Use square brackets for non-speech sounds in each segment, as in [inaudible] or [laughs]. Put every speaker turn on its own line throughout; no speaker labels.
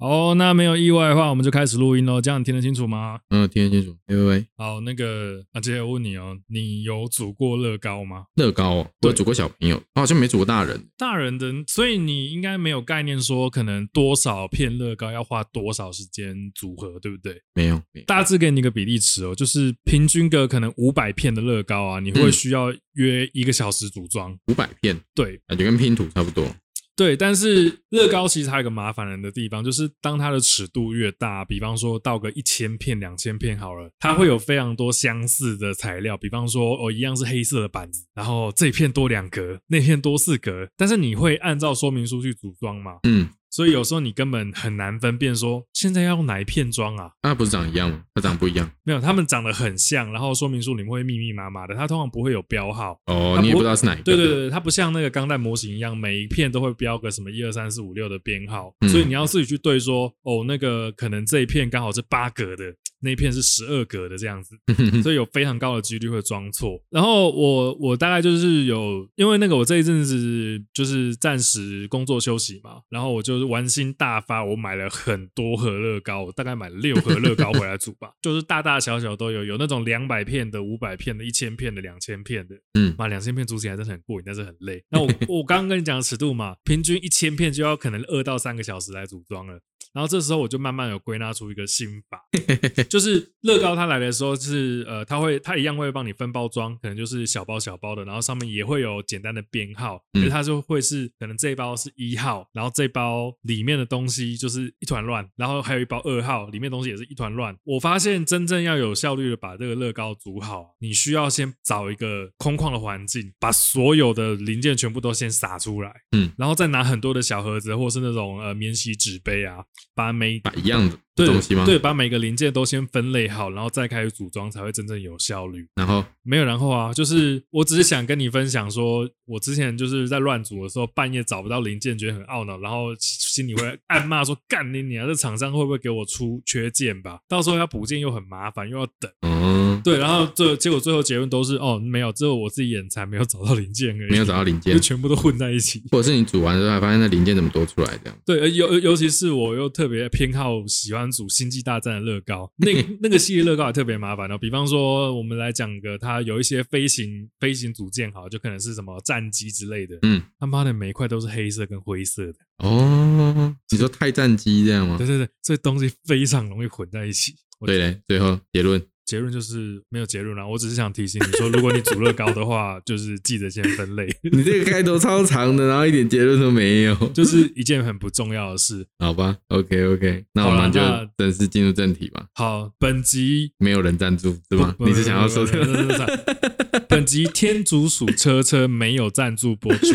好，那没有意外的话，我们就开始录音喽。这样你听得清楚吗？
嗯，听得清楚。喂喂喂，
好，那个阿杰，我问你哦，你有煮过乐高吗？
乐高哦，我有煮过小朋友，我好像没煮过大人。
大人的，所以你应该没有概念说可能多少片乐高要花多少时间组合，对不对？
没有，没有
大致给你一个比例尺哦，就是平均个可能五百片的乐高啊，你会
嗯
需要约一个小时组装。
五百片，
对，
感觉跟拼图差不多。
对，但是乐高其实还有一个麻烦人的地方，就是当它的尺度越大，比方说到个一千片、两千片好了，它会有非常多相似的材料，比方说哦，一样是黑色的板子，然后这片多两格，那片多四格，但是你会按照说明书去组装嘛，
嗯，
所以有时候你根本很难分辨说现在要用哪一片装啊。
那、不是长一样吗？它长不一样
没有，它们长得很像，然后说明书里面会密密麻麻的，它通常不会有标号，
哦
它，
你
啊
也
不
不知道是哪一个。
对对对，对它不像那个钢弹模型一样，每一片都会标个什么一二三四五六的编号，
嗯
所以你要自己去对说，哦，那个可能这一片刚好是八格的，那一片是十二格的这样子，
对 [laughs]
所以有非常高的几率会装错。然后我我大概就是有，因为那个我这一阵子就是暂时工作休息嘛，然后我就是玩心大发，我买了很多盒乐高，我大概买了六盒乐高回来煮吧， [laughs] 就是大大小小都有，有那种两百片的、五百片的、一千片的、两千片的，
嗯
妈，两千片煮起来真的很过瘾，但是很累。那我我刚刚跟你讲的尺度嘛，平均一千片就要可能二到三个小时来组装了。然后这时候我就慢慢有归纳出一个心法，
[laughs]
就是乐高它来的时候是呃，它会它一样会帮你分包装，可能就是小包小包的，然后上面也会有简单的编号，
嗯
可是它就会是可能这一包是一号，然后这包里面的东西就是一团乱，然后还有一包二号，里面东西也是一团乱。我发现真正要有效率的把这个乐高组好，你需要先找一个空旷的环境，把所有的零件全部都先撒出来，
嗯，
然后再拿很多的小盒子或是那种呃免洗纸杯啊，把每
把一样的
对
东西吗？
对，，把每个零件都先分类好，然后再开始组装，才会真正有效率。
然后
没有然后啊，就是我只是想跟你分享说，我之前就是在乱组的时候，半夜找不到零件，觉得很懊恼，然后心里会暗骂说：“干你娘！这厂商会不会给我出缺件吧？到时候要补件又很麻烦，又要等。”
哦，
对，然后最结果最后结论都是哦，没有，只有我自己眼馋，没有找到零件而已，
没有找到零件
就，全部都混在一起。
或者是你煮完之后还发现那零件怎么多出来这样？
对，呃尤尤其是我又特别偏好喜欢组《星际大战》的乐高，那那个系列乐高也特别麻烦哦。比方说，我们来讲个，它有一些飞行飞行组件，好，就可能是什么战机之类的，
嗯，
他妈的每一块都是黑色跟灰色的，
哦，你说太战机这样吗
对？对对，这东西非常容易混在一起。我
对嘞，最后结论
[laughs] 结论就是没有结论啦、我只是想提醒你说，如果你组乐高的话，就是记得先分类， [laughs]
你这个开头超长的，然后一点结论都没有，
就是一件很不重要的事。
好吧？OK OK，那我
好啦
们就
那
正式进入正题吧。
好，本集
没有人赞助是吗？
不
你是想要说
不不不不不不不本集天竺鼠车车没有赞助播出，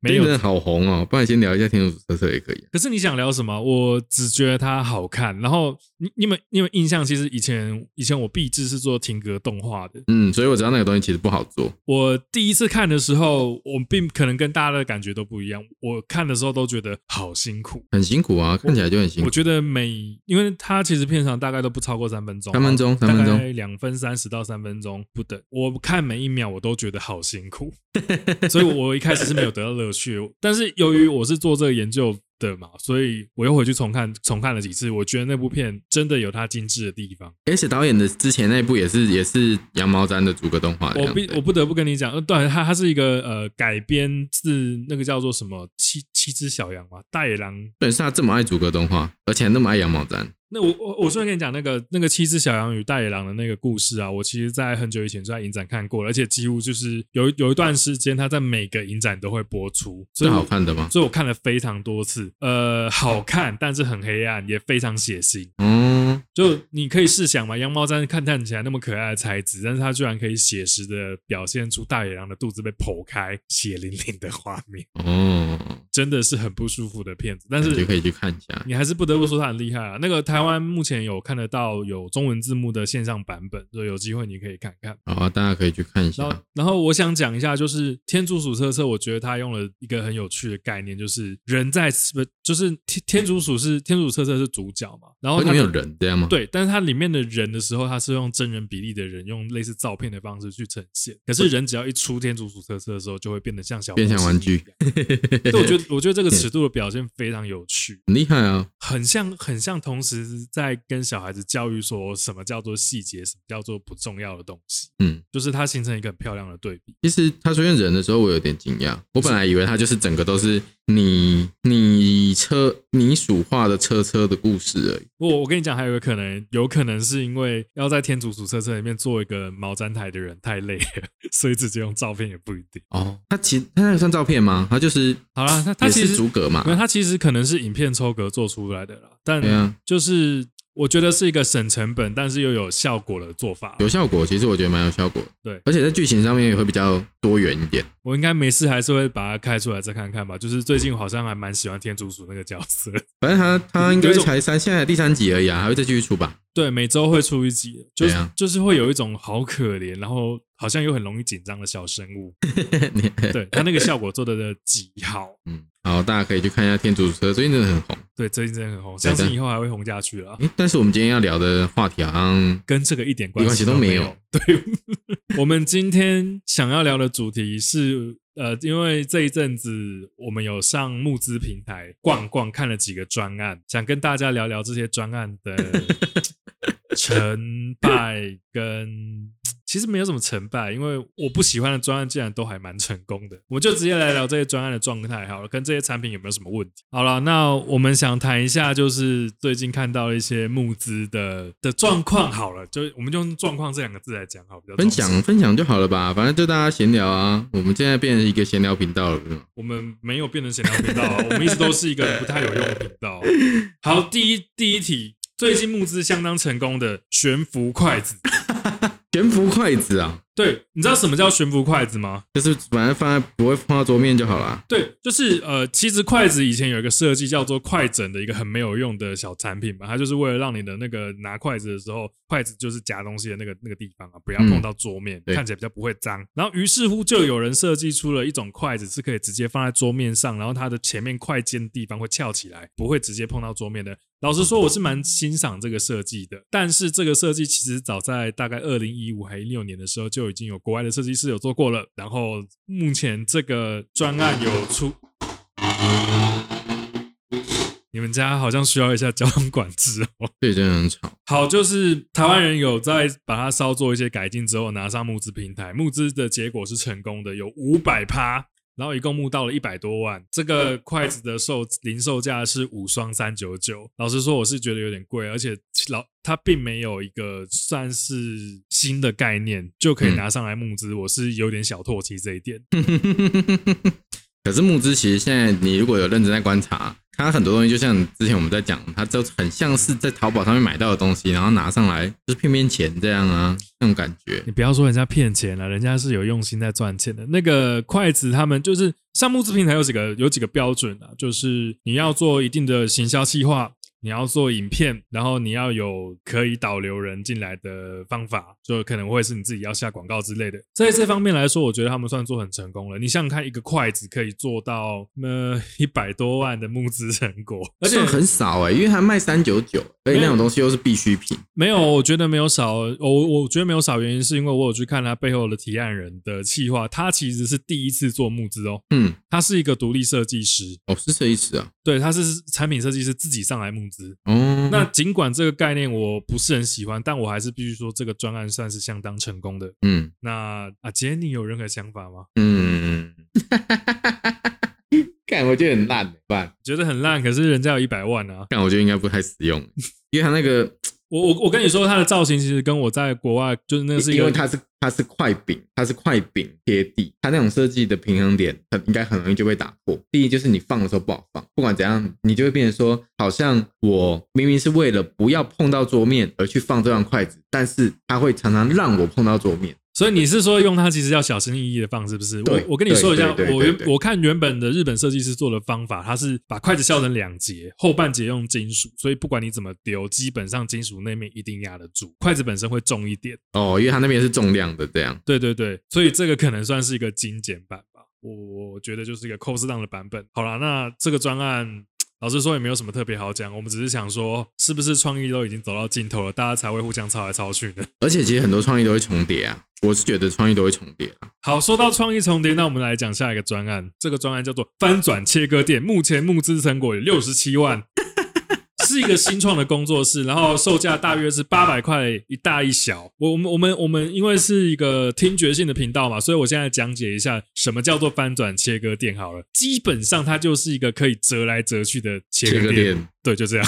没有
真。的好红哦，不然先聊一下天竺鼠车车也可以啊、
可是你想聊什么？我只觉得它好看。然后你你们你们印象，其实以前以前我毕志是做停格动画的。
嗯，所以我知道那个东西其实不好做。
我第一次看的时候，我并可能跟大家的感觉都不一样。我看的时候都觉得好辛苦。
很辛苦啊，看起来就很辛
我
苦。
觉得每，因为它其实片长大概都不超过三分钟，
三分钟
大
三分钟
概两分三十到三分钟不等。我看每一秒我都觉得好辛
[laughs]
苦，所以我一开始是没有得到乐趣。但是由于我是做这个研究的嘛，所以我又回去重看重看了几次，我觉得那部片真的有它精致的地
[laughs]
方。
而且导演的之前那一部也是也是羊毛毡的逐格动画这
我
样
必我
子。
不得不跟你讲，呃，对，它它是一个呃改编自那个叫做什么七七只小羊嘛，大野狼
对，是他这么爱逐格动画，而且还那么爱羊毛毡。
那我我我顺便跟你讲那个那个七只小羊与大野狼的那个故事啊，我其实在很久以前就在影展看过了，而且几乎就是有有一段时间，它在每个影展都会播出，所以
是
我
好，看的吗？
所以我看了非常多次。呃，好看，但是很黑暗，也非常血腥。
哦，
就你可以试想嘛，羊毛毡看看起来那么可爱的材质，但是它居然可以写实的表现出大野狼的肚子被剖开、血淋淋的画面，
哦，
真的是很不舒服的片子。但是
你就可以去看一下。
你还是不得不说他很厉害啊。那个台湾目前有看得到有中文字幕的线上版本，所以有机会你可以看看。
好啊，大家可以去看一
然后
下。，
然后我想讲一下，就是《天竺鼠车车》，我觉得他用了一个很有趣的概念，就是人在就是天天竺鼠是天竺鼠车车是主角嘛，然后
哦，
它
里
的
面有人这样吗？，
对，但是它里面的人的时候，它是用真人比例的人，用类似照片的方式去呈现。可是人只要一出天竺鼠车车的时候，就会变得像小
变
模
像
型
玩
一
具
样。对，我觉得我觉得这个尺度的表现非常有趣，
[laughs] 很厉害啊！
很像很像，同时在跟小孩子教育说什么叫做细节，什么叫做不重要的东西。
嗯，
就是它形成一个很漂亮的对比。
其实他出现人的时候，我有点惊讶。我本来以为他就是整个都是你你车你鼠画的车车的故事而已。
我我跟你讲，还有一个可能，有可能是因为要在天竺鼠车车里面做一个毛毡台的人太累了， [laughs] 所以直接用照片也不一定。
哦，他其他那个算照片吗？他就是
好啦他他
也
其实
是逐格嘛
没。有，它其实可能是影片抽格做出来的啦，
啊对
但
啊
就是我觉得是一个省成本，但是又有效果的做法。
有效果，其实我觉得蛮有效果。
对
而且在剧情上面也会比较多元一点。
我应该没事还是会把它开出来再看看吧。就是最近我好像还蛮喜欢天竺鼠那个角色，
反正他他应
有
该
一种
才三，现在第三集而已啊，还会再继续出
[laughs]
吧？
对，每周会出一集，就是、
对啊
就是会有一种好可怜，然后好像又很容易紧张的小生
[laughs]
物。对他那个效果做的的极好，
嗯，好，大家可以去看一下《天竺鼠车》，最近真的很红。
对，最近真的很红，相
对
信
的
以后还会红下去啦。
诶，但是我们今天要聊的话题好像
跟这个一点关
一点关
系
系都
没
没
有
有。
对， [laughs] 我们今天想要聊的主题是，呃，因为这一阵子我们有上募资平台逛逛，看了几个专案，想跟大家聊聊这些专案的成败跟。其实没有什么成败，因为我不喜欢的专案竟然都还蛮成功的，我们就直接来聊这些专案的状态好了，跟这些产品有没有什么问题？好了，那我们想谈一下，就是最近看到一些募资的的状况好了，就我们就用“状况”这两个字来讲好，比较
分
中
享
性。
分享就好了吧，反正就大家闲聊啊。我们现在变成一个闲聊频道了，不是吗？
我们没有变成闲聊频道啊，我们一直都是一个不太有用的频道。啊好，第一第一题，最近募资相当成功的悬浮筷子，
悬浮筷子啊，
对，你知道什么叫悬浮筷子吗？
就是反正放在不会放到桌面就好啊啦。
对，就是呃，其实筷子以前有一个设计叫做筷枕的一个很没有用的小产品嘛，它就是为了让你的那个拿筷子的时候，筷子就是夹东西的那个那个地方啊，不要碰到桌面，
对
看起来比较不会脏。然后于是乎就有人设计出了一种筷子是可以直接放在桌面上，然后它的前面筷尖的地方会翘起来，不会直接碰到桌面的。老实说，我是蛮欣赏这个设计的，但是这个设计其实早在大概二零一五还一六年的时候就已经有国外的设计师有做过了。然后目前这个专案有出，你们家好像需要一下交通管制哦。
对，真的很吵。
好，就是台湾人有在把它稍做一些改进之后，拿上募资平台，募资的结果是成功的，有五百趴。然后一共募到了一百多万，这个筷子的售零售价是五双三九九。老实说，我是觉得有点贵，而且老它并没有一个算是新的概念就可以拿上来募资，我是有点小唾弃这一点。
[laughs] 可是木之其实现在你如果有认真在观察，它很多东西就像之前我们在讲，它就很像是在淘宝上面买到的东西，然后拿上来就是骗骗钱这样啊，那种感觉。
你不要说人家骗钱啊了，人家是有用心在赚钱的。那个筷子他们就是像募资平台有几个有几个标准啊，就是你要做一定的行销计划，你要做影片，然后你要有可以导流人进来的方法，就可能会是你自己要下广告之类的。在这方面来说，我觉得他们算做很成功了。你想想看，一个筷子可以做到呃一百多万的募资成果，而且
算很少哎、因为它卖三九九，而且那种东西又是必需品。
没有，我觉得没有少。我我我觉得没有少，原因是因为我有去看他背后的提案人的企划，他其实是第一次做募资哦，
嗯，
他是一个独立设计师，
哦，是这意思啊。
对，他是产品设计师自己上来募资。
哦，
那尽管这个概念我不是很喜欢，但我还是必须说这个专案算是相当成功的。
嗯
那啊，杰，你有任何想法吗？
嗯， [laughs] 看我觉得很烂，怎么办？
觉得很烂，可是人家有一百万啊！
看我觉得应该不太实用，因为它那个，
我我我跟你说，他的造型其实跟我在国外就是那是一
因
个
为它是它是块饼，它是块饼贴地，它那种设计的平衡点很应该很容易就被打破。第一就是你放的时候不好放，不管怎样，你就会变成说，好像我明明是为了不要碰到桌面而去放这双筷子，但是它会常常让我碰到桌面。
所以你是说用它其实要小心翼翼的放，是不是？我
对
我跟你说一下，
对对对
我原
对对
我看原本的日本设计师做的方法，它是把筷子削成两截，后半截用金属，所以不管你怎么丢，基本上金属那面一定压得住，筷子本身会重一点。
哦，因为它那边是重量的，这样。
对对对，所以这个可能算是一个精简版吧。我我觉得就是一个 cos down 的版本。好啦，那这个专案老实说也没有什么特别好讲，我们只是想说，是不是创意都已经走到尽头了，大家才会互相抄来抄去呢？
而且其实很多创意都会重叠啊，我是觉得创意都会重叠啊。
好，说到创意重叠，那我们来讲下一个专案。这个专案叫做翻转切割店，目前募资成果有六十七万，是一个新创的工作室，然后售价大约是八百块一大一小。我我们我们我们因为是一个听觉性的频道嘛，所以我现在讲解一下什么叫做翻转切割店好了。基本上它就是一个可以折来折去的切
切
割
割
店
店，
对，就这样。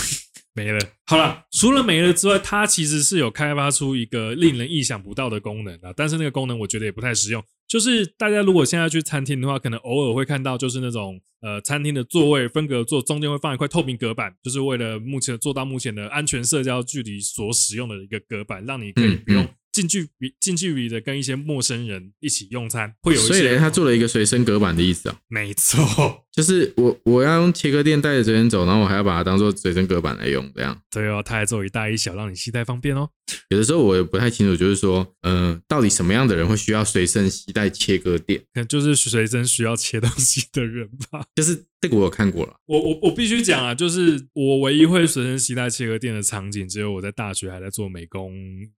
没了。好了，除了没了之外，它其实是有开发出一个令人意想不到的功能啊，但是那个功能我觉得也不太实用。就是大家如果现在去餐厅的话，可能偶尔会看到，就是那种呃餐厅的座位分隔座中间会放一块透明隔板，就是为了目前做到目前的安全社交距离所使用的一个隔板，让你可以
嗯
不用
嗯
近距离近距离的跟一些陌生人一起用餐，会有一
所以
些
呢，他做了一个随身隔板的意思啊，
没错，
就是我我要用切割垫带着随身走，然后我还要把它当做随身隔板来用，这样。
对哦，它还做一大一小，让你携带方便哦。
有的时候我也不太清楚，就是说，嗯、到底什么样的人会需要随身携带切割垫？
可能就是随身需要切东西的人吧。
就是这个我有看过了，
我我我必须讲啊，就是我唯一会随身携带切割垫的场景，只有我在大学还在做美工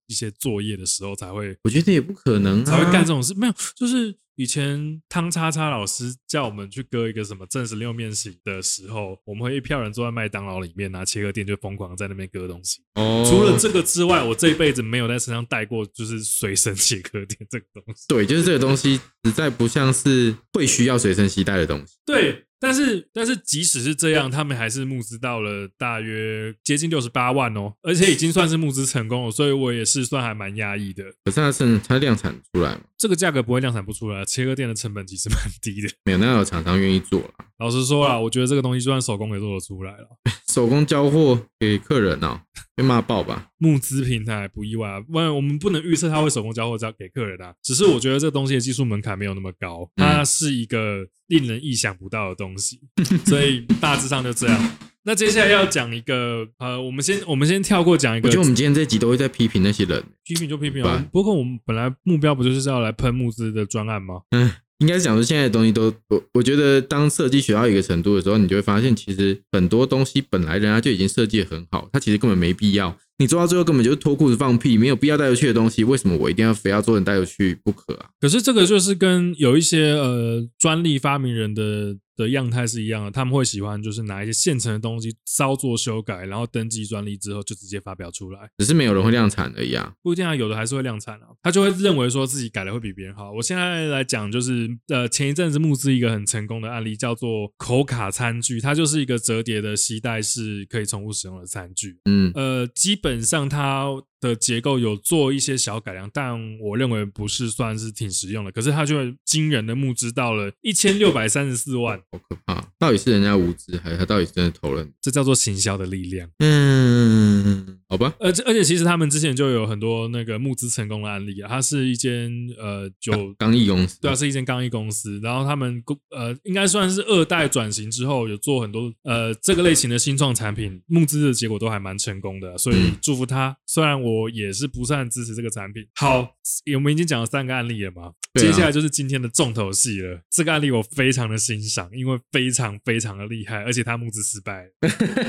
一些作业的时候才会
我觉得也不可能、啊，
才会干这种事。没有，就是以前汤叉叉老师叫我们去割一个什么正十六面形的时候，我们会一票人坐在麦当劳里面拿切割垫就疯狂在那边割东西。
哦
除了这个之外，我这一辈子没有在身上带过就是随身切割 [laughs] 垫这个东西。
对，就是这个东西实在不像是会需要随身携带的东西。
对，但是但是即使是这样，他们还是募资到了大约接近六十八万哦，而且已经算是募资成功了，所以我也是算还蛮压抑的。
可是它是它量产出来嘛，
这个价格不会量产不出来，切割店的成本其实蛮低的。
没有，那有厂商愿意做了，
老实说啦，我觉得这个东西就算手工也做得出来了。
手工交货给客人哦，被骂爆吧？
募资平台不意外啊，不然我们不能预测它会手工交货交给客人啊。只是我觉得这东西的技术门槛没有那么高，
嗯
它是一个令人意想不到的东
[laughs]
西，所以大致上就这样。那接下来要讲一个，呃，我们先我们先跳过讲一
我
个，
觉得我们今天这集都会在批评那些人，
批评就批评
对
啊。不过我们本来目标不就是要来喷募资的专案吗？
嗯，应该是讲说现在的东西都，我我觉得当设计学到一个程度的时候，你就会发现，其实很多东西本来人家就已经设计得很好，它其实根本没必要。你做到最后根本就是脱裤子放屁，没有必要带回去的东西，为什么我一定要非要做人带回去不可啊？
可是这个就是跟有一些呃专利发明人的的样态是一样的，他们会喜欢就是拿一些现成的东西稍作修改，然后登记专利之后就直接发表出来。
只是没有人会量产而已啊。
不一定啊，有的还是会量产啊，他就会认为说自己改的会比别人好。我现在来讲，就是呃，前一阵子募资一个很成功的案例，叫做口卡餐具，它就是一个折叠的吸带式可以重复使用的餐具。
嗯，
呃，基本上它的结构有做一些小改良，但我认为不是算是挺实用的。可是它就会惊人的募资到了一千六百三十四万，
好可怕！到底是人家无知，还是他到底真的投了你？
这叫做行销的力量。
嗯，好吧，
而且而且，其实他们之前就有很多那个募资成功的案例啊。它是一间呃有
刚毅公司，
对啊，是一间钢艺公司。然后他们公呃，应该算是二代转型之后，有做很多呃这个类型的新创产品，募资的结果都还蛮成功的，啊所以
嗯
祝福他。虽然我也是不算支持这个产品。好，我们已经讲了三个案例了嘛，
对啊
接下来就是今天的重头戏了。这个案例我非常的欣赏，因为非常非常的厉害，而且他募资失败了。
[laughs]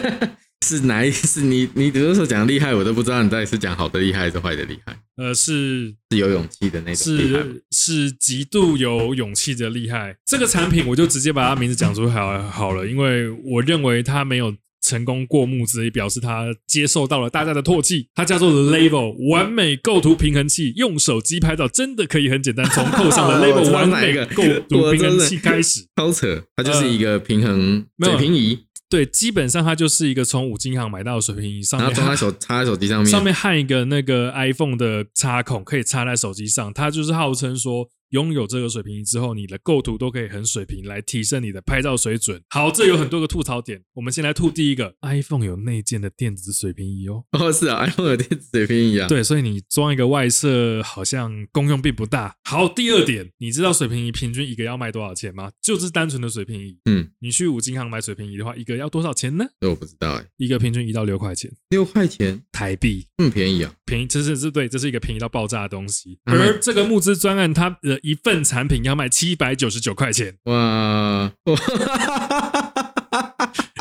是哪一？是你你有的时候讲厉害，我都不知道你到底是讲好的厉害还是坏的厉害，
呃，是
是有勇气的那种厉害吗。
是是极度有勇气的厉害。这个产品我就直接把它名字讲出好好了，因为我认为它没有成功过目之一，表示它接受到了大家的唾弃。它叫做 Level 完美构图平衡器，用手机拍照真的可以很简单，从扣上
[laughs]
的
我
Level
知道
完
哪一
美
个
构图
我
平
真
衡
的
器开始。
超扯，它就是一个平衡
嗯没有
水平仪，
对，基本上它就是一个从五金行买到的水平仪上
然后
面
装在手插在手机上面，
啊上面焊一个那个 iPhone 的插孔，可以插在手机上。它就是号称说，拥有这个水平仪之后，你的构图都可以很水平，来提升你的拍照水准。好，这有很多个吐槽点，我们先来吐第一个，iPhone 有内建的电子水平仪哦。
[laughs] 哦是啊，iPhone 有电子水平仪啊，，
对，所以你装一个外设，好像功用并不大。好，第二点，你知道水平仪平均一个要卖多少钱吗？就是单纯的水平仪，
嗯，
你去五金行买水平仪的话，一个要多少钱呢？
这我不知道哎，
一个平均一到六块钱
六块钱
台币。
这么便宜啊，
便宜，这是这对，这是一个便宜到爆炸的东西。
嗯
而这个募资专案，它的一
哦
份产品要卖七百九十九块钱，
哇，哇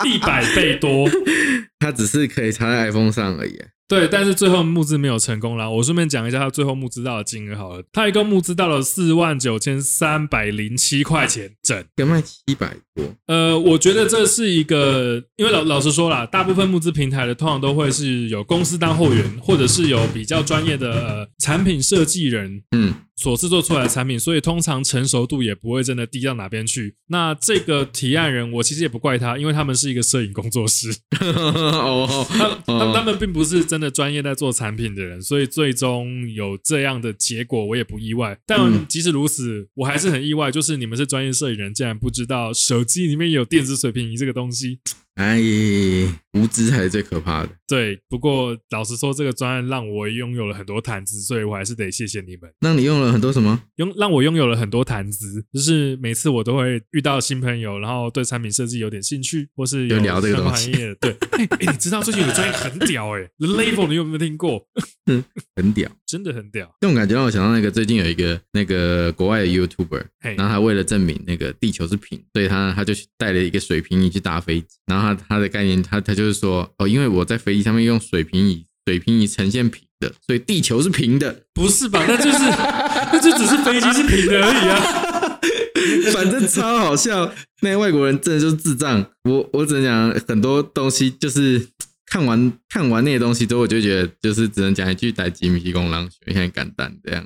一百倍多。
它只是可以插在 iPhone 上而已。欸
对，但是最后募资没有成功啦。我顺便讲一下他最后募资到的金额好了，他一共募资到了四万九千三百零七块钱整。
要卖七百
[laughs]
多，
呃，我觉得这是一个，因为老老实说啦，大部分募资平台的通常都会是有公司当后援，或者是有比较专业的呃产品设计人
嗯，
所制作出来的产品，所以通常成熟度也不会真的低到哪边去。那这个提案人，我其实也不怪他，因为他们是一个摄影工作室，
哦，
他他他们并不是真的专业在做产品的人，所以最终有这样的结果，我也不意外。但
嗯
即使如此，我还是很意外，就是你们是专业摄影人，竟然不知道手机里面有电子水平仪这个东西。
哎，无知才是最可怕的。
对，不过老实说，这个专案让我拥有了很多谈资，所以我还是得谢谢你们。
那你用了很多什么？
拥让我拥有了很多谈资，就是每次我都会遇到新朋友，然后对产品设计有点兴趣，或是有
就聊这个
相关
东西
行业的。对，哎、哎你知道最近有专业很屌哎、l e v e l 你有没有听过？
很屌，
真的很屌，
这种感觉让我想到那个最近有一个那个国外的 YouTuber，
嘿
然后他为了证明那个地球是平，所以他他就去带了一个水平仪去搭飞机。然后他他的概念，他他就是说，哦，因为我在飞机上面用水平仪，水平仪呈现平的，所以地球是平的。 [laughs]
不是吧？那 [laughs] 就是那就只是飞机是平的而已啊。
反正超好笑。那外国人真的就是智障。我我只能讲很多东西，就是看完看完那些东西之后，我就觉得就是只能讲一句“逮吉米提供狼学现在敢蛋”这样。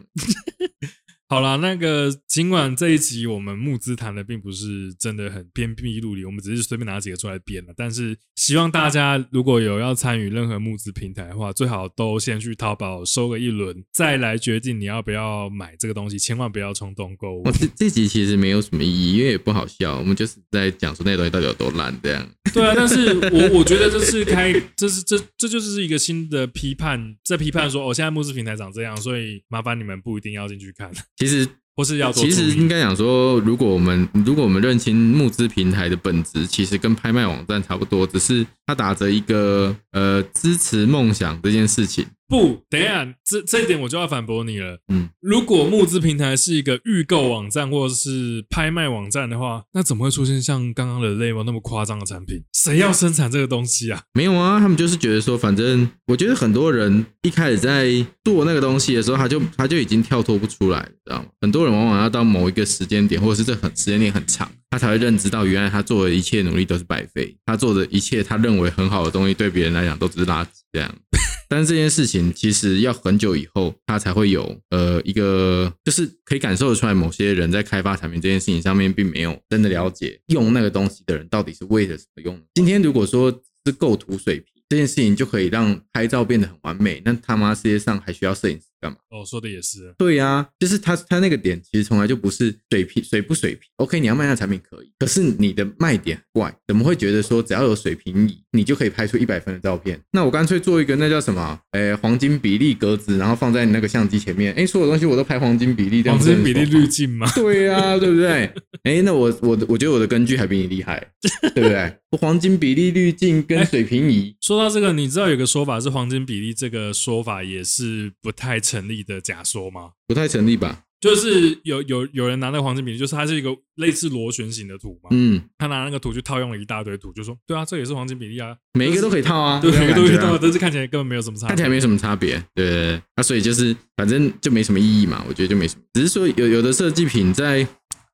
好啦，那个尽管这一集我们募资谈的并不是真的很偏僻路里，我们只是随便拿几个出来编了，但是希望大家如果有要参与任何募资平台的话，最好都先去淘宝搜个一轮，再来决定你要不要买这个东西，千万不要冲动购物
我。这这集其实没有什么意义，因为也不好笑，我们就是在讲说那东西到底有多烂这样。
[laughs] 对啊，但是我我觉得这是开，这是这这就是一个新的批判，在批判说哦，现在募资平台长这样，所以麻烦你们不一定要进去看，
其实
或是要做
其实
注意
应该讲说，如果我们如果我们认清募资平台的本质，其实跟拍卖网站差不多，只是它打着一个呃支持梦想这件事情。
不，等一下，这这一点我就要反驳你了。
嗯，
如果募资平台是一个预购网站或者是拍卖网站的话，那怎么会出现像刚刚的 l a b 那么夸张的产品？谁要生产这个东西啊？
没有啊，他们就是觉得说，反正我觉得很多人一开始在做那个东西的时候，他就他就已经跳脱不出来，你知道吗？很多人往往要到某一个时间点，或者是这很时间点很长，他才会认知到，原来他做的一切努力都是白费，他做的一切他认为很好的东西，对别人来讲都只是垃圾这样。但是这件事情其实要很久以后，他才会有呃一个，就是可以感受得出来，某些人在开发产品这件事情上面，并没有真的了解用那个东西的人到底是为了什么用的。今天如果说是构图水平这件事情，就可以让拍照变得很完美，那他妈世界上还需要摄影师干嘛？
哦，说的也是，
对呀、就是他他那个点其实从来就不是水平水不水平。OK，你要卖那产品可以，可是你的卖点很怪，怎么会觉得说只要有水平仪，你就可以拍出一百分的照片？那我干脆做一个那叫什么？啊诶，黄金比例格子，然后放在你那个相机前面，诶，所有东西我都拍黄金比例，这样
黄
不是
金
很
比例
爽吗
滤。镜
[laughs]
吗？
对呀、对不对？诶，那我我的我觉得我的根据还比你厉害，对不对？黄金比例滤镜跟水平仪，
说到这个，你知道有个说法是黄金比例这个说法也是不太成立的假说吗？
不太成立吧？
就是有有有人拿那个黄金比例，就是它是一个类似螺旋形的图嘛，
嗯，
他拿那个图去套用了一大堆图，就说对啊，这也是黄金比例啊，
每一个都可以套
[laughs]
啊，
对，
这种
每个都遇
感觉啊
到，但是看起来根本没有什么差别，
看起来没什么差别，对对对，啊，所以就是反正就没什么意义嘛，我觉得就没什么，只是说有有的设计品在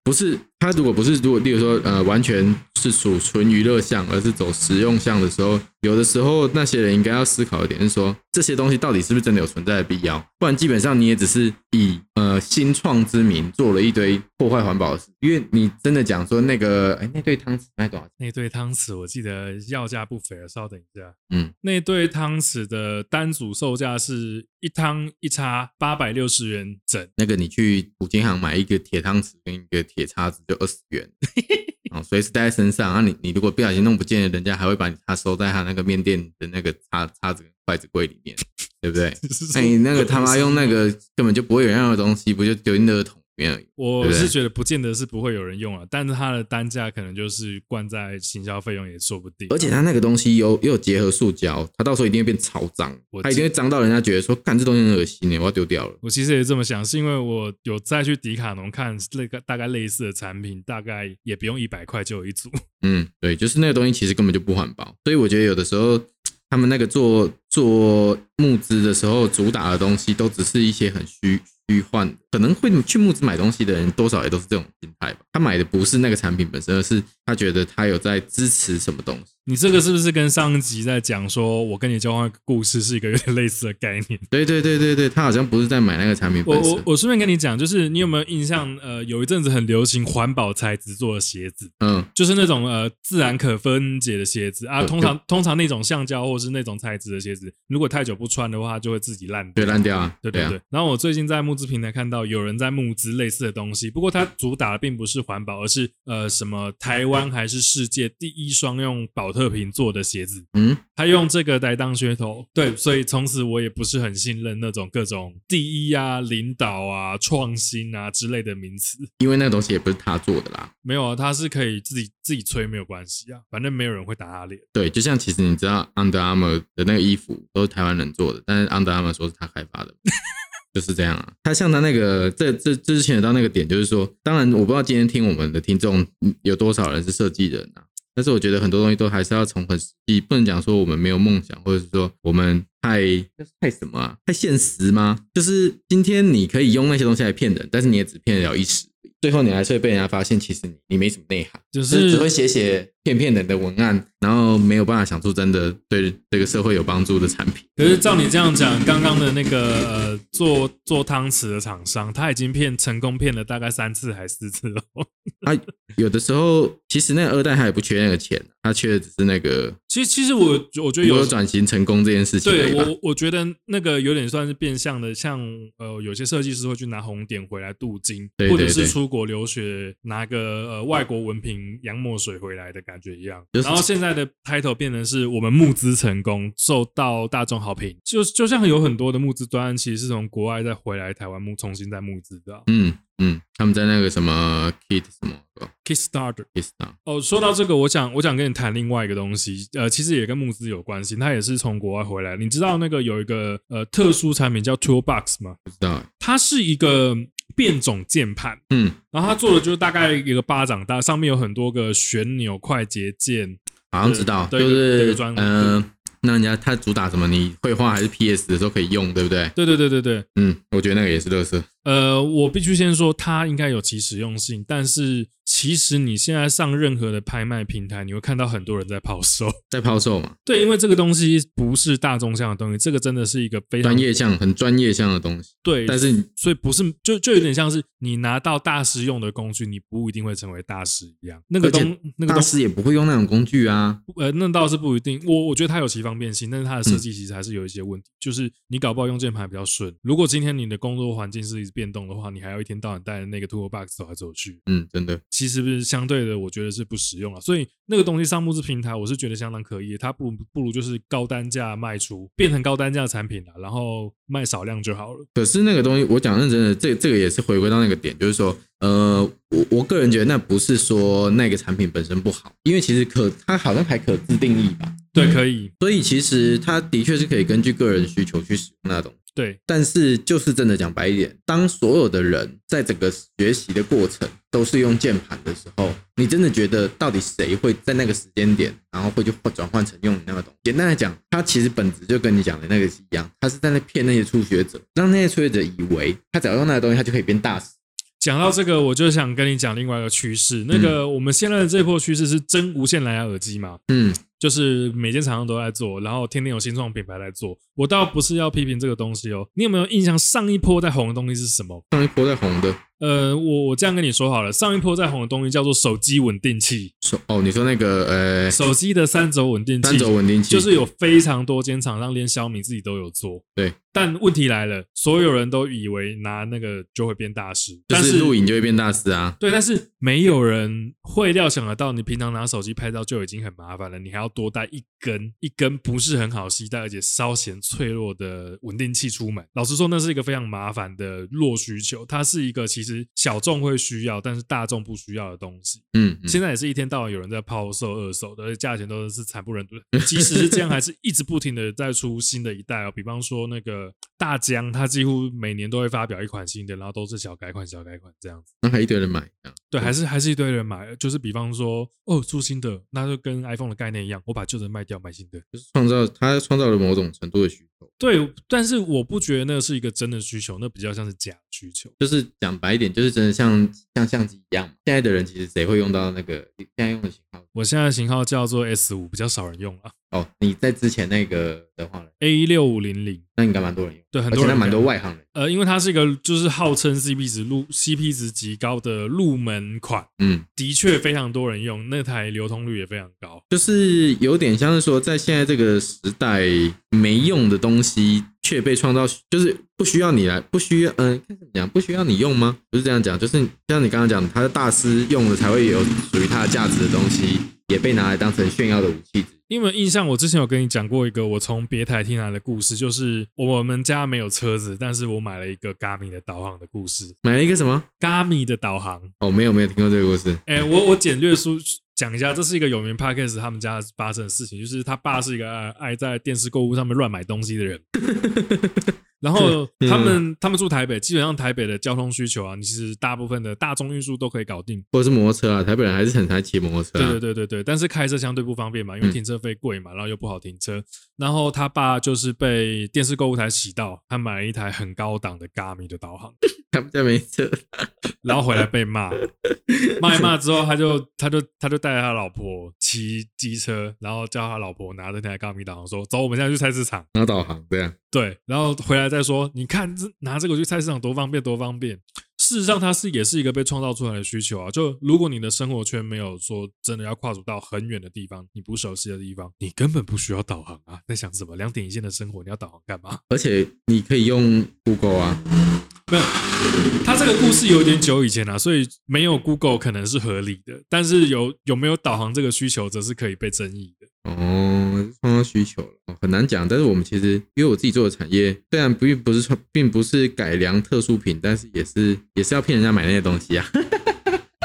不是它如果不是如果例如说呃完全是属纯娱乐项，而是走实用项的时候，有的时候那些人应该要思考一点，是说这些东西到底是不是真的有存在的必要，不然基本上你也只是以呃新创之名做了一堆破坏环保的事，因为你真的讲说那个哎那对汤匙卖多少钱？
那对汤匙我记得要价不菲了，啊稍等一下。
嗯，
那对汤匙的单组售价是一汤一叉八百六十元整， [laughs]
那个你去五金行买一个铁汤匙跟一个铁叉子就二十元，哦，随时带在身上。啊你，你如果不小心弄不见了，人家还会把你它收在他那个面店的那个叉叉子跟筷子柜里面，对不对？
是
啊那你那个他妈用那个根本就不会有人要的东西，不就丢进垃圾桶？面而已。
[laughs] 我
对不对
是觉得不见得是不会有人用啊，但是它的单价可能就是灌在行销费用也说不定。啊
而且它那个东西有又有结合塑胶，它到时候一定会变超脏
我，
它一定会脏到人家觉得说，干这东西很恶心耶，欸我要丢掉了。
我其实也这么想，是因为我有再去迪卡侬看那个大概类似的产品，大概也不用一百块就有一组。
嗯，对，就是那个东西其实根本就不环保，所以我觉得有的时候他们那个做做募资的时候主打的东西，都只是一些很虚虚幻的，可能会去募资买东西的人，多少也都是这种心态吧。他买的不是那个产品本身，而是他觉得他有在支持什么东西。
你这个是不是跟上一集在讲说我跟你交换故事是一个有点类似的概念？
对对对对对，他好像不是在买那个产品
我
本
我
身。
我顺便跟你讲，就是你有没有印象？呃，有一阵子很流行环保材质做的鞋子，
嗯，
就是那种呃自然可分解的鞋子啊。
对
通常通常那种橡胶或是那种材质的鞋子，如果太久不穿的话，它就会自己烂
对，
掉。
烂掉啊，
对对
啊
对，，然后我最近在募资平台看到有人在募资类似的东西，不过它主打的并不是环保，而是呃什么台湾还是世界第一双用保特瓶做的鞋子，
嗯，
他用这个来当噱头，对，所以从此我也不是很信任那种各种第一啊、领导啊、创新啊之类的名词。
因为那个东西也不是他做的啦。
没有啊，他是可以自己自己吹没有关系啊，反正没有人会打他脸。
对，就像其实你知道 Under Armour 的那个衣服都是台湾人做的，但是 Under Armour 说是他开发的，就是这样啊。他像他那个这这这之前有到那个点，就是说，当然我不知道今天听我们的听众嗯有多少人是设计人啊，但是我觉得很多东西都还是要从很实际，不能讲说我们没有梦想，或者是说我们太太什么啊，太现实吗？就是今天你可以用那些东西来骗人，但是你也只骗得了一时。最后你还是会被人家发现，其实你你没什么内涵，
就
就是
是
只会写写骗骗人的文案，然后没有办法想出真的对这个社会有帮助的产品。
可是照你这样讲，刚刚的那个呃做做汤匙的厂商，他已经骗成功骗了大概三次还四次了。 [laughs]
啊，有的时候其实那个二代他也不缺那个钱，他缺的只是那个
其实其实我我觉得有
我有转型成功这件事情而
对
已吧。
我，我觉得那个有点算是变相的，像呃，有些设计师会去拿红点回来镀金，
对对
或者是
对
出国留学拿个呃外国文凭洋墨水回来的感觉一样。
就是
然后现在的 title 变成是我们募资成功，受到大众好评。就就像有很多的募资专案，其实是从国外再回来台湾募，重新再募资的啊、
嗯嗯，他们在那个什么 Kit 什么哦
Kickstarter。
Kit Star，
哦，说到这个，我想我想跟你谈另外一个东西，呃，其实也跟募资有关系，它也是从国外回来。你知道那个有一个呃特殊产品叫 Toolbox 吗？
不知道欸。
它是一个变种键盘，
嗯，
然后它做的就是大概一个巴掌大，上面有很多个旋钮、快捷键。
好像知道，
对
就
对
是
对专
嗯。那人家他主打什么？你绘画还是 PS 的时候可以用，对不对？
对对对对对，
嗯，我觉得那个也是乐色。
呃，我必须先说它应该有其实用性，但是其实你现在上任何的拍卖平台，你会看到很多人在抛售。
在抛售嘛，
[laughs] 对，因为这个东西不是大众向的东西，这个真的是一个非常
专业项很专业项的东西，
对，
但是
所以不是就就有点像是你拿到大师用的工具，你不一定会成为大师一样。那个
而且
东那个
大
东
师也不会用那种工具啊。
呃，那倒是不一定。我我觉得它有其方便性，但是它
嗯
的设计其实还是有一些问题，就是你搞不好用键盘比较顺。如果今天你的工作环境是一直变动的话，你还要一天到晚带着那个 toolbox 走来走去，
嗯，真的，
其实不是相对的，我觉得是不实用了。所以那个东西上募资平台，我是觉得相当可以，它不不如就是高单价卖出，变成高单价产品了，啊然后卖少量就好了。
可是那个东西，我讲认真的，这这个也是回归到那个点，就是说，呃，我我个人觉得那不是说那个产品本身不好，因为其实可它好像还可自定义吧，
对，可以，
所以其实它的确是可以根据个人需求去使用那种。
对，
但是就是真的讲白一点，当所有的人在整个学习的过程都是用键盘的时候，你真的觉得到底谁会在那个时间点，然后会去转换成用你那个东西？简单来讲，它其实本质就跟你讲的那个是一样，它是在那骗那些初学者，让那些初学者以为他只要用那个东西，他就可以变大师。
讲到这个，我就想跟你讲另外一个趋势。那个我们现在的这波趋势是真无线蓝牙耳机嘛？
嗯，
就是每间厂商都在做，然后天天有新创品牌在做。我倒不是要批评这个东西哦。你有没有印象上一波在红的东西是什么？
上一波在红的
呃，我我这样跟你说好了，上一波在红的东西叫做手机稳定器，
说哦，你说那个呃
手机的三轴稳定器，
三轴稳定器，
就是有非常多间厂商，连小米自己都有做。
对，
但问题来了，所有人都以为拿那个就会变大师，
就
但
是
是
录影就会变大师啊。
对，但是没有人会料想得到，你平常拿手机拍照就已经很麻烦了，你还要多带一根一根不是很好携带而且稍显脆弱的稳定器出门。老实说，那是一个非常麻烦的弱需求，它是一个其实小众会需要，但是大众不需要的东西。
嗯，嗯
现在也是一天到晚有人在抛售二手的，而且价钱都是惨不忍睹的。即使是这样，还是一直不停的在出新的一代哦。比方说那个大疆，它几乎每年都会发表一款新的，然后都是小改款、小改款这样子。
那还一堆人买，啊这样
对，还是还是一堆人买，就是比方说哦，出新的，那就跟 iPhone 的概念一样，我把旧的卖掉，买新的。
就是创造他创造了某种程度的需求。
对，但是我不觉得那是一个真的需求，那比较像是假需求。
就是讲白一点，就是真的像像相机一样嘛。现在的人其实谁会用到那个现在用的型号？
我现在的型号叫做 S 五，比较少人用了
哦，你在之前那个的话呢，
，A 六五零零。
那应该蛮多人用，
对，很
而
多
且那
人
蛮多
用
外行人。
呃，因为它是一个就是号称 CP 值入 CP 值极高的入门款，
嗯，
的确非常多人用，那台流通率也非常高。
就是有点像是说，在现在这个时代，没用的东西却被创造，就是不需要你来，不需要，嗯、该怎么讲？不需要你用吗？不是这样讲，就是像你刚刚讲，他的大师用了才会有属于他的价值的东西，也被拿来当成炫耀的武器。
因为印象，我之前有跟你讲过一个我从别台听来的故事，就是我们家没有车子，但是我买了一个 Garmin 的导航的故事。
买了一个什么？
Garmin 的导航，
哦，没有没有听过这个故事。
哎、我我简略说讲一下，这是一个有名 podcast 他们家发生的事情，就是他爸是一个爱爱在电视购物上面乱买东西的人。然后
嗯
他们他们住台北，基本上台北的交通需求啊，你其实大部分的大众运输都可以搞定。
或者是摩托车啊，台北人还是很爱骑摩托车、啊。
对对对对对，但是开车相对不方便嘛，因为
嗯
停车费贵嘛，然后又不好停车。然后他爸就是被电视购物台洗到，他买了一台很高档的 Garmin 的导航，
他们家没车，
然后回来被
[laughs]
骂，骂一骂之后，他就他就他就带着他老婆骑机车，然后叫他老婆拿着那台高米导航说：“走，我们现在去菜市场。
然后导航这样。”
对，然后回来再说：“你看这拿这个去菜市场多方便，多方便。”事实上，它是也是一个被创造出来的需求啊。就如果你的生活圈没有说真的要跨足到很远的地方，你不熟悉的地方，你根本不需要导航啊。在想什么？两点一线的生活，你要导航干嘛？ [laughs]
而且你可以用 Google 啊，
没有，他这个故事有点久以前了、啊所以没有 Google 可能是合理的，但是有有没有导航这个需求，则是可以被争议的。
哦，创造需求了、哦很难讲。但是我们其实，因为我自己做的产业，虽然不并不是创，并不是改良特殊品，但是也是也是要骗人家买那些东西啊。 [laughs]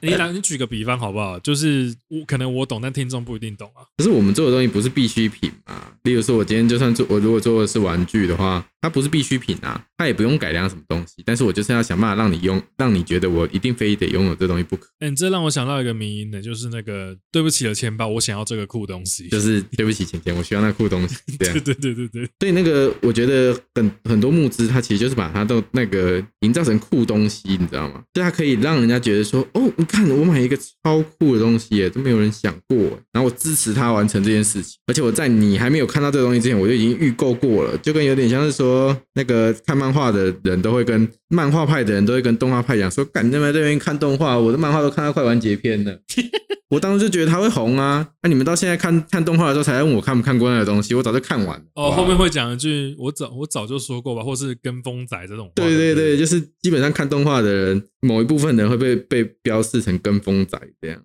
你打你举个比方好不好？就是我可能我懂，但听众不一定懂啊。
可是我们做的东西不是必需品嘛？例如说，我今天就算做，我如果做的是玩具的话，它不是必需品啊，它也不用改良什么东西。但是我就是要想办法让你用，让你觉得我一定非得拥有这东西不可。
哎、你这让我想到一个迷因呢，就是那个对不起了钱包，我想要这个酷东西。
就是是对不起，钱钱，我需要那酷东西。对啊
[laughs] 对，对对对对，
所以那个我觉得很很多募资，它其实就是把它的那个营造成酷东西，你知道吗？就它可以让人家觉得说，哦，你看我买一个超酷的东西耶，都没有人想过耶，然后我支持他完成这件事情，而且我在你还没有看到这个东西之前，我就已经预购过了，就跟有点像是说那个看漫画的人都会跟漫画派的人都会跟动画派讲说，干你他妈这边看动画，我的漫画都看到快完结篇了。 [laughs] 我当时就觉得他会红啊，那、你们到现在看看动画的时候才问我看不看过那个东西，我早就看完了。
哦，
哇
后面会讲一句，我早我早就说过吧，或是跟风仔这种话。
对对
不
对，，就是基本上看动画的人，某一部分人会被被标示成跟风仔
[laughs]
这样。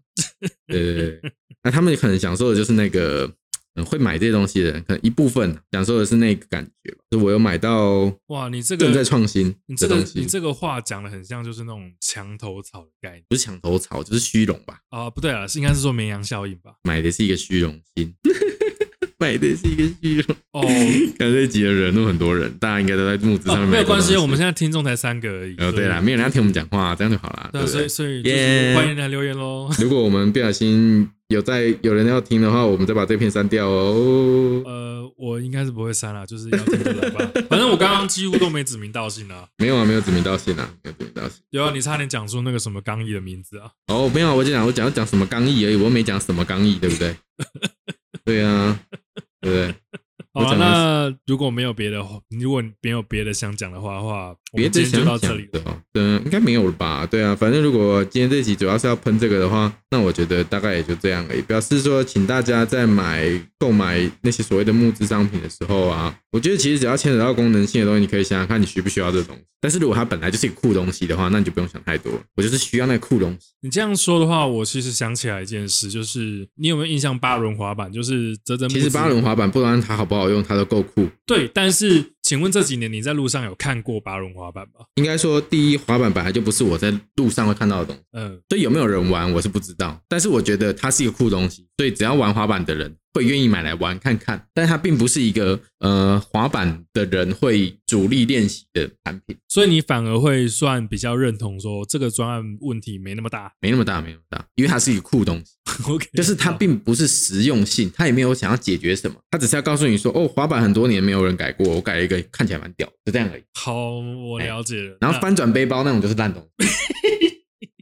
对对对对，那他们可能享受的就是那个、嗯、会买这些东西的人，可能一部分享受的是那个感觉吧。就是我有买到
哇，你这
正在
个
创新
你这
的
个
东西，
你这个话讲的很像就是那种墙头草的概念
不是墙头草，就是虚荣吧？
啊、不对啊，是应该是说绵羊效应吧？
买的是一个虚荣心， [laughs] 买的是一个虚荣。 [laughs]
哦，
看这一集的人都很多人，大家应该都在募资上面、
啊哦没有关系，我们现在听众才三个而已。
呃对啦，
啦，
没有人要听我们讲话，这样就好啦。
对
对
啊，
不
所
对
以？所以就是
耶
欢迎来留言喽。
[laughs] 如果我们不小心有在有人要听的话，我们再把这片删掉哦。
呃，我应该是不会删啦，就是要听就来吧。反正我刚刚几乎都没指名道姓啊。
没有啊，没有指名道姓啊，没有指名道姓。
有啊，你差点讲出那个什么刚毅的名字啊。
哦，没有啊，我就讲我讲讲什么刚毅而已，我又没讲什么刚毅，对不对？对啊，对不对？
好啊
我讲
那如果没有别的，如果没有别的想讲的话的话，我
别
们今
的
天就
想
到这
讲
里
的
了。
哦，嗯，应该没有了吧？对啊，反正如果今天这集主要是要喷这个的话，那我觉得大概也就这样而已。表示说，请大家在买购买那些所谓的木质商品的时候啊，我觉得其实只要牵扯到功能性的东西，你可以想想看你需不需要这个东西。但是如果它本来就是一个酷东西的话，那你就不用想太多了。我就是需要那个酷东西。
你这样说的话，我其实想起来一件事，就是你有没有印象八轮滑板？就是泽泽木
其实
子
八轮滑板，不管它好不好用，它都够酷。
对，但是请问这几年你在路上有看过八轮滑板吗？
应该说，第一滑板本来就不是我在路上会看到的东西，
嗯，
所以有没有人玩我是不知道。但是我觉得它是一个酷东西，所以只要玩滑板的人会愿意买来玩看看。但它并不是一个呃滑板的人会主力练习的产品，
所以你反而会算比较认同说这个专案问题没那么大。 [laughs]
没那么大，没那么大，因为它是一个酷东西。
OK，
就是它并不是实用性，它也没有想要解决什么，它只是要告诉你说，哦，滑板很多年没有人改过，我改了一个看起来蛮屌，就这样而已。
好，我了解了。
哎然后翻转背包那种就是烂东西，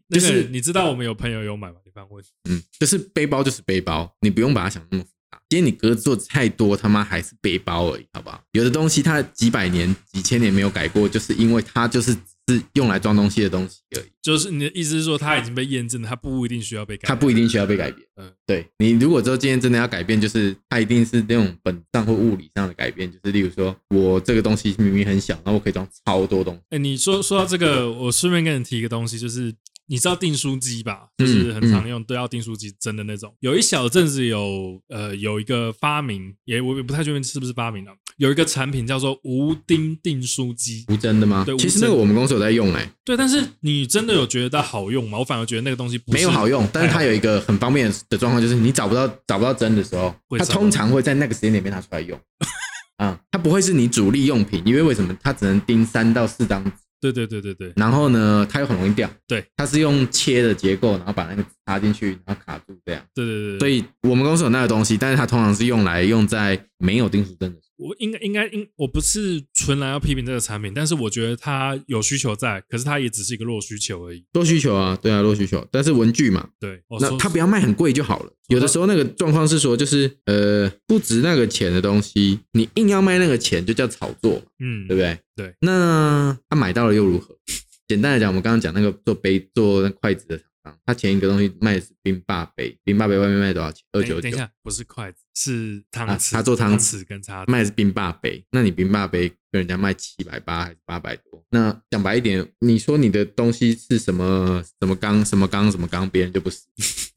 那，
就是
那个你知道我们有朋友有买吗？你反问，
嗯，就是背包就是背包，你不用把它想那么复杂。今天你格子做太多，他妈还是背包而已，好不好？有的东西它几百年、几千年没有改过，就是因为它就是只是用来装东西的东西而已，
就是你的意思是说它已经被验证了，它不一定需要被改，
它不一定需要被改变。
嗯
嗯，对你如果说今天真的要改变，就是它一定是那种本质上或物理上的改变，就是例如说我这个东西明明很小，然后我可以装超多东西。
哎、你说说到这个，我顺便跟你提一个东西，就是你知道订书机吧？就
嗯
是很常用，都要订书机针的那种。有一小阵子有呃有一个发明，也我也不太确定是不是发明了，有一个产品叫做无钉订书机。
无针的吗
对？
其
无
实
针
那个我们公司有在用哎、
对，但是你真的有觉得好用吗？我反而觉得那个东西不是哎
没有好用，但是它有一个很方便的状况，就是你找不到找不到针的时候
会，
它
找到
通常会在那个时间点被拿出来用。 [laughs] 啊，它不会是你主力用品，因为为什么它只能钉三到四张纸，
对对对对对，
然后呢，它又很容易掉。
对，
它是用切的结构，然后把那个插进去，然后卡住这样。
对对对对，
所以我们公司有那个东西，但是它通常是用来用在没有定时针的时
我应该应该应我不是纯然要批评这个产品，但是我觉得它有需求在，可是它也只是一个弱需求而已。
候，多需求啊，对啊，多需求。但是文具嘛，
对，我
那
说
它不要卖很贵就好了。有的时候那个状况是说，就是呃不值那个钱的东西，你硬要卖那个钱，就叫炒作嘛，
嗯
对不对？
对。
那他买到了又如何？ [laughs] 简单来讲，我们刚刚讲那个做杯做那筷子的厂商，他前一个东西卖的是冰霸杯，冰霸杯外面卖多少钱？二
等
九
一等一
九。
下，不是筷子，是汤
啊
匙。
他做汤匙
匙跟叉子。
卖的是冰霸杯，那你冰霸杯跟人家卖七百八还是八百多？那讲白一点，你说你的东西是什么什么钢什么钢什么钢，别人就不是。 [laughs]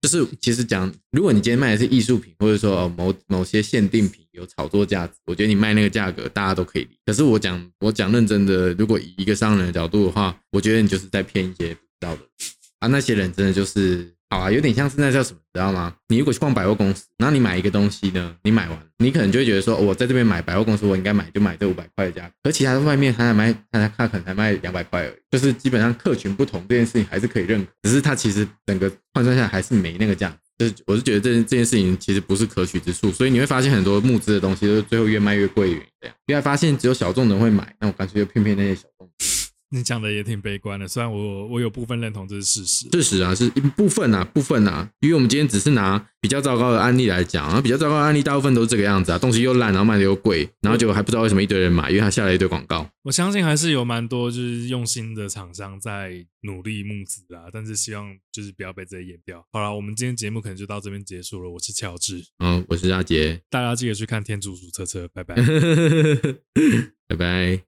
就是其实讲，如果你今天卖的是艺术品，或者说、哦、某某些限定品有炒作价值，我觉得你卖那个价格大家都可以理。可是我讲我讲认真的，如果以一个商人的角度的话，我觉得你就是在骗一些不知道的人啊，那些人真的就是好啊，有点像是那叫什么，你知道吗？你如果去逛百货公司，然后你买一个东西呢，你买完，你可能就会觉得说，哦我在这边买百货公司，我应该买就买这五百块的价格，而其他的外面他才卖，他才他可能才卖两百块而已，就是基本上客群不同这件事情还是可以认可，只是它其实整个换算下来还是没那个价。就是我是觉得这件这件事情其实不是可取之处，所以你会发现很多募资的东西都是最后越卖越贵的原因这样，因为发现只有小众人会买，那我干脆就骗骗那些小众人。
你讲的也挺悲观的，虽然我我有部分认同这是事实。
事实啊，是一部分啊，部分啊，因为我们今天只是拿比较糟糕的案例来讲，然啊后比较糟糕的案例大部分都是这个样子啊，东西又烂，然后卖的又贵，然后结果还不知道为什么一堆人买，因为他下了一堆广告。
我相信还是有蛮多就是用心的厂商在努力募资啊，但是希望就是不要被这些淹掉。好了，我们今天节目可能就到这边结束了。我是乔治，
嗯，我是阿杰， [laughs]
大家记得去看《天竺鼠车车》，拜拜。
拜拜。